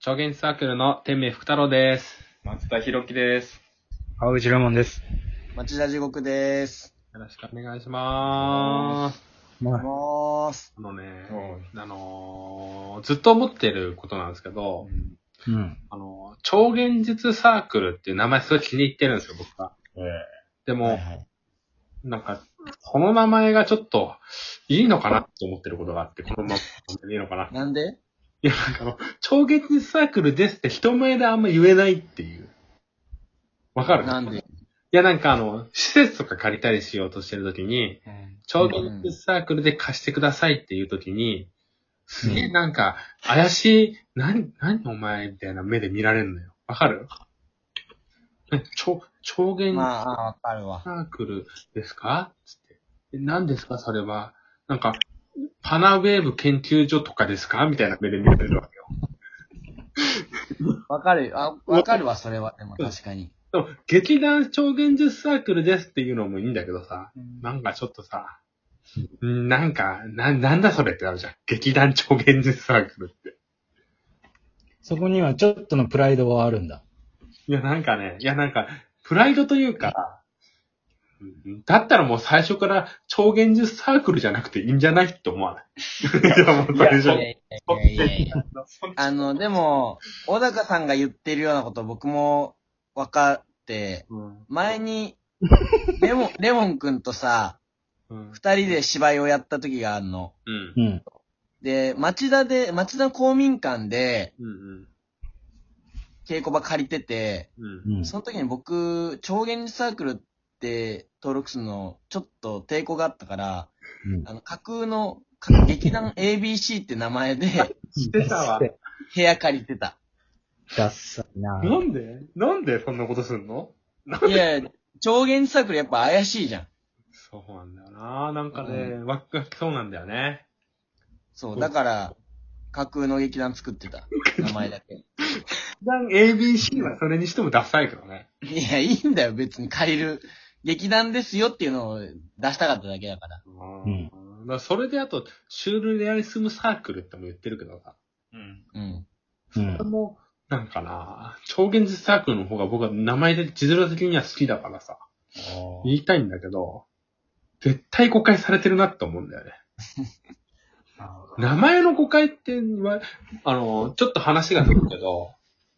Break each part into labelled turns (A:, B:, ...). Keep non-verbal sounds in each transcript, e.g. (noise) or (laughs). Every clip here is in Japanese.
A: 超現実サークルの天命福太郎です。
B: 松田博樹です。
C: 青内レモンです。
D: 町田地獄です。
A: よろしくお願いしまーす。
C: まあ、
D: もーす。
A: あのね、
B: おう
A: あのー、ずっと思ってることなんですけど、
C: うん。
A: あのー、超現実サークルっていう名前すごい気に入ってるんですよ、僕は。
B: え
A: でも、
D: はいはい。
A: なんか、この名前がちょっと、いいのかなと思ってることがあって、このままでいいのかな。
D: なんで
A: いや、なんかあの、超現実サークルですって人前であんま言えないっていう。わかる
D: なんで
A: いや、なんかあの、施設とか借りたりしようとしてるときに、超現実サークルで貸してくださいっていうときに、すげえなんか、怪しい、なに、なにお前みたいな目で見られるのよ。わかるえ超、超現実
D: まあ、ああわかるわ。
A: サークルですかつって。え何ですかそれは。なんか、パナウェーブ研究所とかですかみたいな目で見られるわけよ。
D: わかるよ。あ、わかるわ、それは。でも確かに。
A: でも、劇団超現実サークルですっていうのもいいんだけどさ、なんかちょっとさ、んなんか、な、なんだそれってなるじゃん。劇団超現実サークルって。
C: そこにはちょっとのプライドはあるんだ。
A: いや、なんかね、いや、なんか、プライドというか、うんだったらもう最初から超現実サークルじゃなくていいんじゃないって思わない。いや、もう最初
D: いや
A: に。
D: いやいやいやいや。あの、でも、小高さんが言ってるようなこと僕もわかって、
A: うん (laughs)
D: 前に、レモン、レモンくんとさ、
A: うん
D: 二人で芝居をやった時があるの。
A: うん
C: う。ん。
D: で、町田で、町田公民館で
A: うん
D: 稽古場借りてて、
A: うん。
C: うん。
D: その時に僕、超現実サークルって登録するの、ちょっと抵抗があったから、
C: うん
D: あの、架空の、か劇団 ABC って名前で (laughs)
A: してたわ。
D: 部屋借りてた。
C: ダッサいな
A: なんでなんでそんなことすんの
D: いやいや、超現実サークルやっぱ怪しいじゃん。
A: そうなんだよな。なんかね、ワクワクそうなんだよね。
D: そう、だから、架空の劇団作ってた。名前だけ。
A: 一旦 ABC はそれにしてもダサいけどね。
D: いや、いいんだよ、別に借りる。劇団ですよっていうのを出したかっただけだから。
C: ん
A: だからそれであと、シュールレアリスムサークルっても言ってるけどさ。
B: うん。
D: うん。
C: う
A: これ
C: ん。
A: も、なんかな、超現実サークルの方が僕は名前で地面的には好きだからさ、言いたいんだけど、絶対誤解されてるなって思うんだよね。名前の誤解って言わ、あの、ちょっと話がするけど、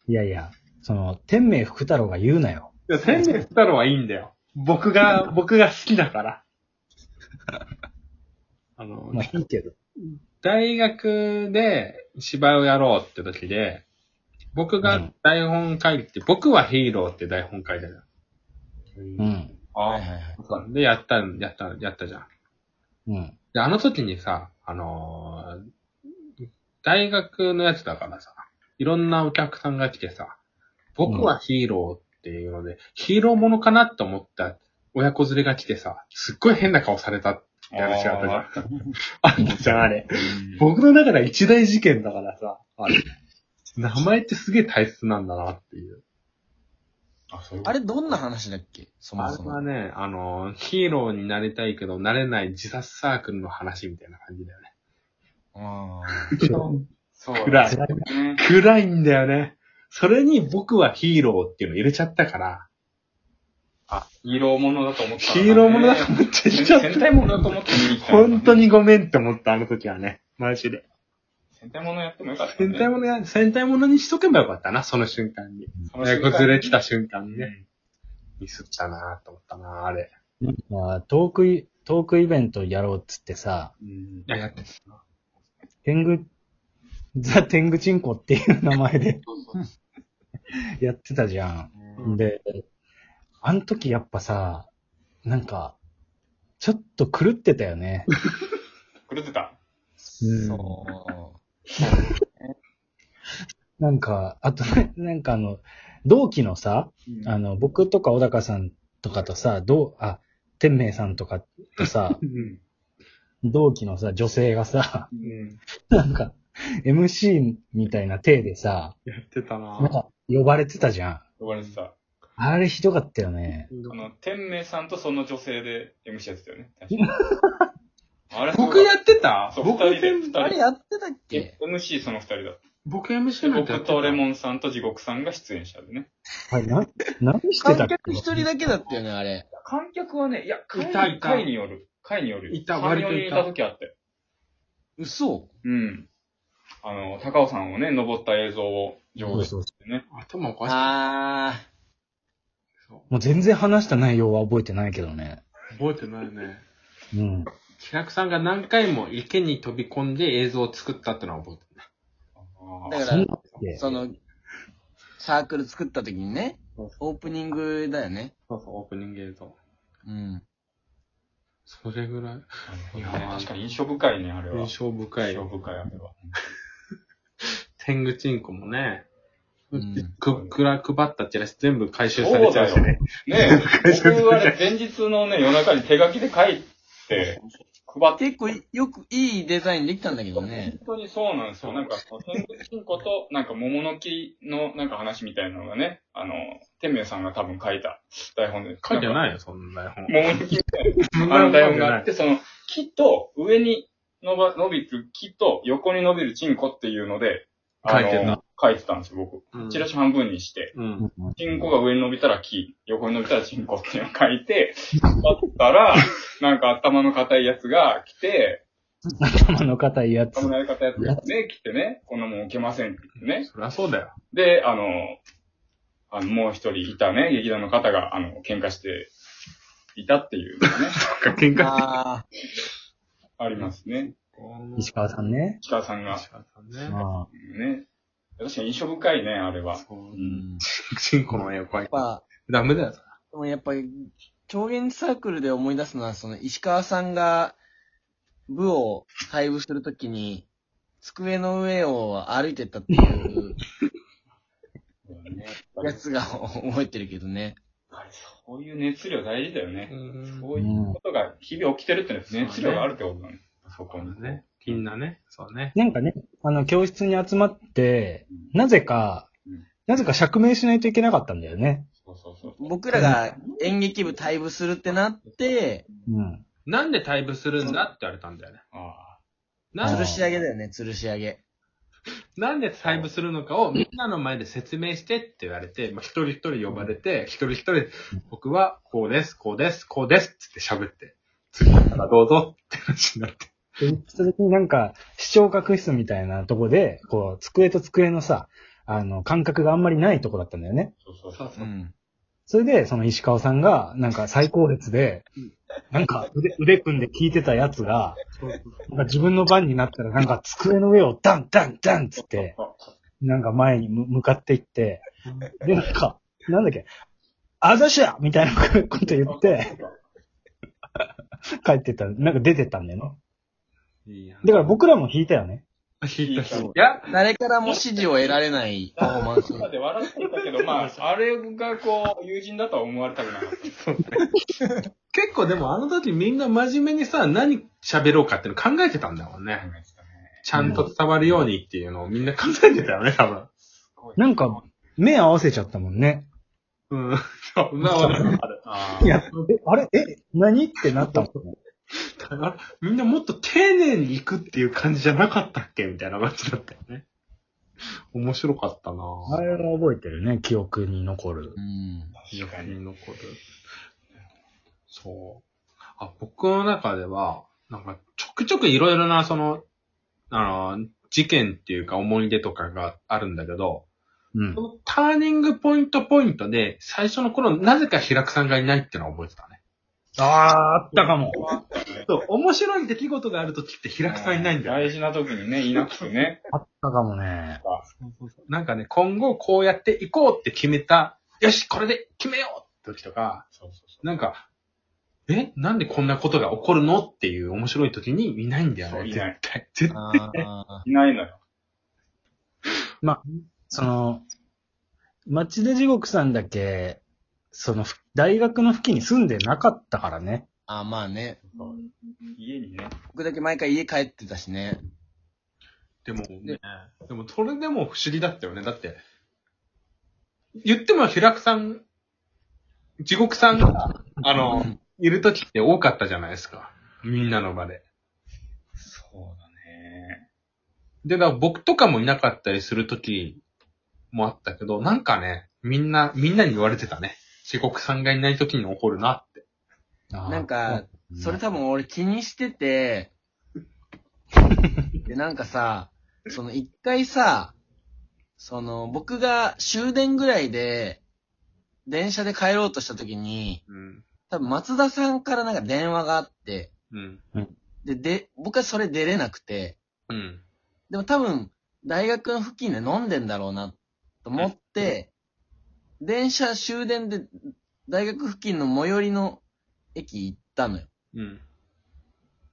C: いやいや、その、天命福太郎が言うなよ。
A: いや、千年太郎はいいんだよ。僕が、僕が好きだ
C: (laughs)
A: から。あの、
C: まあいいけど。
A: 大学で芝居をやろうって時で、僕
C: う
A: が
C: ん
A: 台本書いて、僕はヒーローって台本書いたじゃん。
C: うん。
D: はいはいはい。
A: で、やったん、やった、やったじゃん。
C: うん。
A: で、あの時にさ、あのー大学のやつだからさ、いろんなお客さんが来てさ、僕はヒーローっていうので、ヒーローものかなって思った親子連れが来てさ、すっごい変な顔されたって話があったじゃん。あったじゃん、あれ。僕の中では一大事件だからさ、あれ。名前ってすげえ大切なんだなっていう。
B: あ、そういう
D: あれどんな話だっけそも
A: あ
D: そ
A: れ
D: も。
A: はね、あのー、ヒーローになりたいけど、なれない自殺サークルの話みたいな感じだよね。
D: あ
B: そう
A: 暗い。
B: ね。
A: 暗いんだよね。それに僕はヒーローっていうの入れちゃったから、
B: ヒーローものだと思った。
A: ヒーローものだと思って
B: 戦
A: ちゃっ
B: 戦隊ものだと思って見に来
A: た。
B: たのかな。
A: 本当にごめんって思った、あの時はね。マジで。
B: 戦隊ものやってもよかった、ね。
A: 戦隊ものや、戦隊ものにしとけばよかったな、その瞬間に。
B: その
A: 親
B: 瞬
A: 子
B: 間
A: 連れ来た瞬間にね。ミスったなと思ったなあれ。
C: まあ、トークイ、トークイベントやろうっつってさ、
B: うん。
A: いや、やってた。、
C: 天狗、ザ・天狗チンコっていう名前で (laughs) やってたじゃ
B: うん
C: ん。で、あの時やっぱさ、なんか、ちょっと狂ってたよね。
B: 狂ってた。
C: うん
D: あ。そう。
C: なんか、あとね、 (laughs) なんかあの、同期のさ、あの、僕とか小高さんとかとさ、どう、あ、天明さんとかとさ
A: (laughs) うん。
C: 同期のさ、女性がさ、
A: うん。
C: なんか、MC みたいな体でさ、
A: やってたな
C: なんか、呼ばれてたじゃん。
B: 呼ばれてた。
C: あれひどかったよね。
B: あの、天明さんとその女性で MC やってたよね。 (laughs) あれ
A: 僕やってた
B: そう、
A: 僕
B: 二人で、二
A: 全部
B: 人
D: あれやってたっけ
B: MC その二人だ。
A: 僕 MC なんてやっ
B: 僕
A: てた
B: とレモンさんと地獄さんが出演者でね。
C: はい、な、何してた
D: 観
C: っけ
D: 客一人だけだったよね、あれ。
B: 観客はね、いや、
A: いたい
B: 回
A: た
B: 回による。回による。
A: いた
B: 回による
A: 割とい
B: い
A: た
B: た時あって。
D: 嘘
B: うん。あの、高尾山をね、登った映像を上
C: そう
B: 映し
C: そう
B: てね。
A: 頭おかしい。
D: あ
A: そう
C: もう全然話した内容は覚えてないけどね。
A: 覚えてないね。
C: うん。
A: キラクさんが何回も池に飛び込んで映像を作ったってのは覚えてる。
B: あ
D: ー。
B: ー
D: だ
C: そ
D: か
C: ん
D: ら
C: な、だっけ
D: その、サークル作った時にね
A: そう、
D: オープニングだよね。
A: そうそう、オープニング映像。
D: うん。
A: それぐらい
B: いやー確かに印象深いね、あれは。
A: 印象深い
B: 印。象深い、あれは。
A: 天狗チンコもね、
D: うん
A: く、くら配ったチラシ全部回収されちゃうしね。
B: ねえ、
A: 収
B: 僕はね前日のね、夜中に手書きで書いて、配って、
D: 結構いよくいいデザインできたんだけどね
B: 本。当にそうなんですよ。なんか、その天狗金庫と、なんか桃の木のなんか話みたいなのがね、あの、天明さんが多分書いた台本で。
A: 書いて
B: い
A: ないよ、そんな台
B: 桃の木みたい
A: 本。 (laughs)
B: なあの台本があ
A: な
B: っ
A: い。
B: て、その、木と上に伸ば伸びる木と横に伸びるチンコっていうので、あ
A: 書いてん
B: の
A: だ、
B: 書いてたんですよ、僕。
A: うん
B: チラシ半分にして。
A: うん。
B: チンコが上に伸びたら木、横に伸びたらチンコっていうのを書いて、だったら、なんか頭の硬いやつが来て、
C: 頭の硬いやつ。
B: 頭のやり方やつがね、来てね、こんなもん受けませんって言ってね。
A: そりゃそうだよ。
B: で、あの、あの、もう一人いたね、劇団の方が、あの、喧嘩していたっていうのがね、
A: 喧嘩。
D: ああ、
B: ありますね。
C: 石川さんね。
B: 石川さんが。
A: 石川さんね。
C: ああ
B: ね。確かに印象深いね、あれは。
A: そうう。
B: ん。
A: チンコの絵を描い。
D: やってぱ、
A: ダメだよ、それ
D: でもやっぱり、超現実サークルで思い出すのは、その石川さんが部を配布するときに、机の上を歩いてったっていうやつが覚えてるけどね。
B: やっぱりそういう熱量大事だよね。
A: うん。
B: そういうことが日々起きてるってのは熱量があるってことだね。そこに。
A: ね。みんなね。そうね。
C: なんかね、あの、教室に集まって、なぜか
B: うん、
C: なぜか釈明しないといけなかったんだよね。
B: そうそうそう。
D: 僕らが演劇部退部するってなって、
C: うん。
A: なんで退部するんだって言われたんだよね。
B: あ
A: な
D: 吊
A: ん
D: るし上げだよね、吊るし上げ。
A: なんで退部するのかをみんなの前で説明してって言われて、まあ、一人一人呼ばれて、一人一人、僕はこうです、こうです、こうですって喋って、次からどうぞって話になって。
C: でそれになんか、視聴覚室みたいなとこで、こう、机と机のさ、あの、感覚があんまりないとこだったんだよね。
B: あ、そうそうそう。
D: うん。
C: それで、その石川さんが、なんか最高列で、なんか腕腕組んで聞いてたやつが、なんか自分の番になったら、なんか机の上をダンダンダンっつって、なんか前にむ向かっていって、で、なんか、なんだっけ、あざしゃみたいなこと言って、帰ってった、なんか出てったんだよ
A: いいやん
C: な。だから僕らも引いたよね。
A: 聞いた人
B: そう
A: いや、
D: 誰からも指示を得られないパフォーマンス。
B: 今で笑ってたけど、まあ、あれがこう、友人だとは思われたくなかった。
A: 結構でもあの時みんな真面目にさ、何喋ろうかっていうの考えてたんだもんね。ちゃんと伝わるようにっていうのをみんな考えてたよね、多分。
C: なんか、目合わせちゃったもんね。
A: うん。 (laughs) そんなことある。
B: あ
C: い
B: ー
C: や、えあれえ何ってなったもんね。
A: あ (laughs) みんなもっと丁寧に行くっていう感じじゃなかったっけみたいな感じだったよね。面白かったなぁ。
C: あれは覚えてるね、記憶に残る
D: う。ん。
B: 確かに。
A: 残る。そう。あ、僕の中では、なんか、ちょくちょくいろいろな、その、あの、事件っていうか思い出とかがあるんだけど、
C: うん
A: そ。のターニングポイントポイントで、最初の頃、なぜか平久さんがいないっていうのは覚えてたね。
C: ああ、あったかも。
A: そう、面白い出来事がある時って平久さんいないんだよね、
B: 大事な時にね、いなくてね。
C: あったかもね。
A: なんかね、今後こうやっていこうって決めた、よし、これで決めようって時とか、
B: そうそうそ
A: なんか、えなんでこんなことが起こるのっていう面白い時にいないんだ
B: そ
A: よ
B: う
A: ね。
B: い
A: 絶
B: ない
A: 対。絶対。
D: あ
B: う。いないのよ。
C: その、町田地獄さんだけ、その、ふ大学の付近に住んでなかったからね。
D: ーあー、まあね。
B: 家にね。
D: 僕だけ毎回家帰ってたしね。
A: でもね、でもそれでも不思議だったよね。だって、言っても平久さん、地獄さんが、あの、いる時って多かったじゃないですか。みんなの場で。
B: そうだね。
A: で、だから僕とかもいなかったりする時もあったけど、なんかね、みんな、みんなに言われてたね。四国さんがいない時に怒るなって。
D: なんか、それ多分俺気にしてて、で、なんかさ、その一回さ、その僕が終電ぐらいで、電車で帰ろうとした時に、
A: うん。
D: 多分松田さんからなんか電話があって、
A: うん。
D: で、で、僕はそれ出れなくて、
A: うん。
D: でも多分、大学の付近で飲んでんだろうな、と思って、電車終電で、大学付近の最寄りの駅行ったのよ。
A: うん。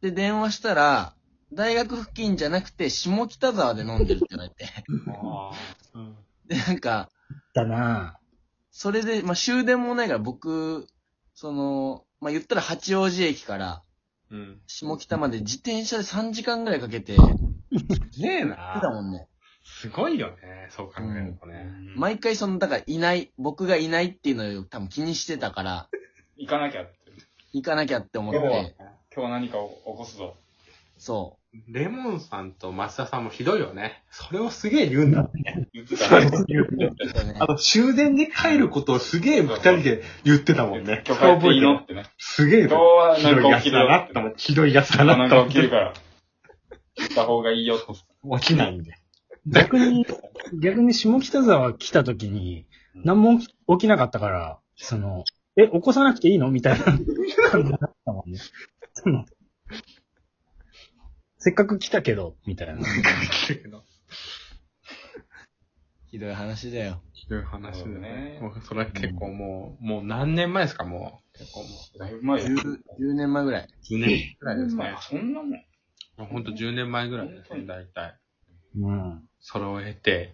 D: で、電話したら、大学付近じゃなくて、下北沢で飲んでるって言われて。 (laughs)
A: ああ。うん。
D: で、なんか、
C: だな
D: それで、まあ、終電もないから、僕、その、まあ、言ったら八王子駅から、
A: うん。
D: 下北まで自転車で3時間ぐらいかけて、
A: ねえ
D: 出た
A: な
D: もんね。
A: すごいよね。そう考えるとね。
D: 毎回その、だからいない、僕がいないっていうのを多分気にしてたから、
B: 行かなきゃって。
D: 行かなきゃって思っ
B: で
D: て
B: も、今日何かを起こすぞ。
D: そ
A: レモンさんと松田さんもひどいよね。それをすげえ言うんだ。
C: (laughs)
B: 言ってたね。
D: う。そうね
A: あの、終電で帰ることをすげえ二人で言ってたもんね。
B: 許可っていいの
A: る
B: ってね。
A: すげえ
B: 今日は
A: ひど
B: 何
A: い
B: か
A: やつ
B: 起きる
A: だ
B: よ
A: な
B: っ
A: ってて
B: ね。
A: 思って。ひどいやつだな
B: 何
A: って
B: か
A: 思
B: 起
A: っ
B: き
A: て。
B: るから。行った方がいいよって。
A: 起きないんで。
C: 逆に、逆に下北沢来た時に、何も起きなかったから、その、え、起こさなくていいのみたいな感じだったもんね。そのせっかく来たけど、みたいな。
D: ひどい話だよ。
A: ひどい話だよね。
B: そ
A: もうそれは結構もう、もう何年前ですか、もう。結構も
B: だいぶ前よ。
D: 10, 10年前ぐらい。
A: う。10年くらいです
B: まあ
A: ね。
B: そんなもん。
A: ほんと10年前ぐらいですね、大体。
C: うん。
A: それを経て、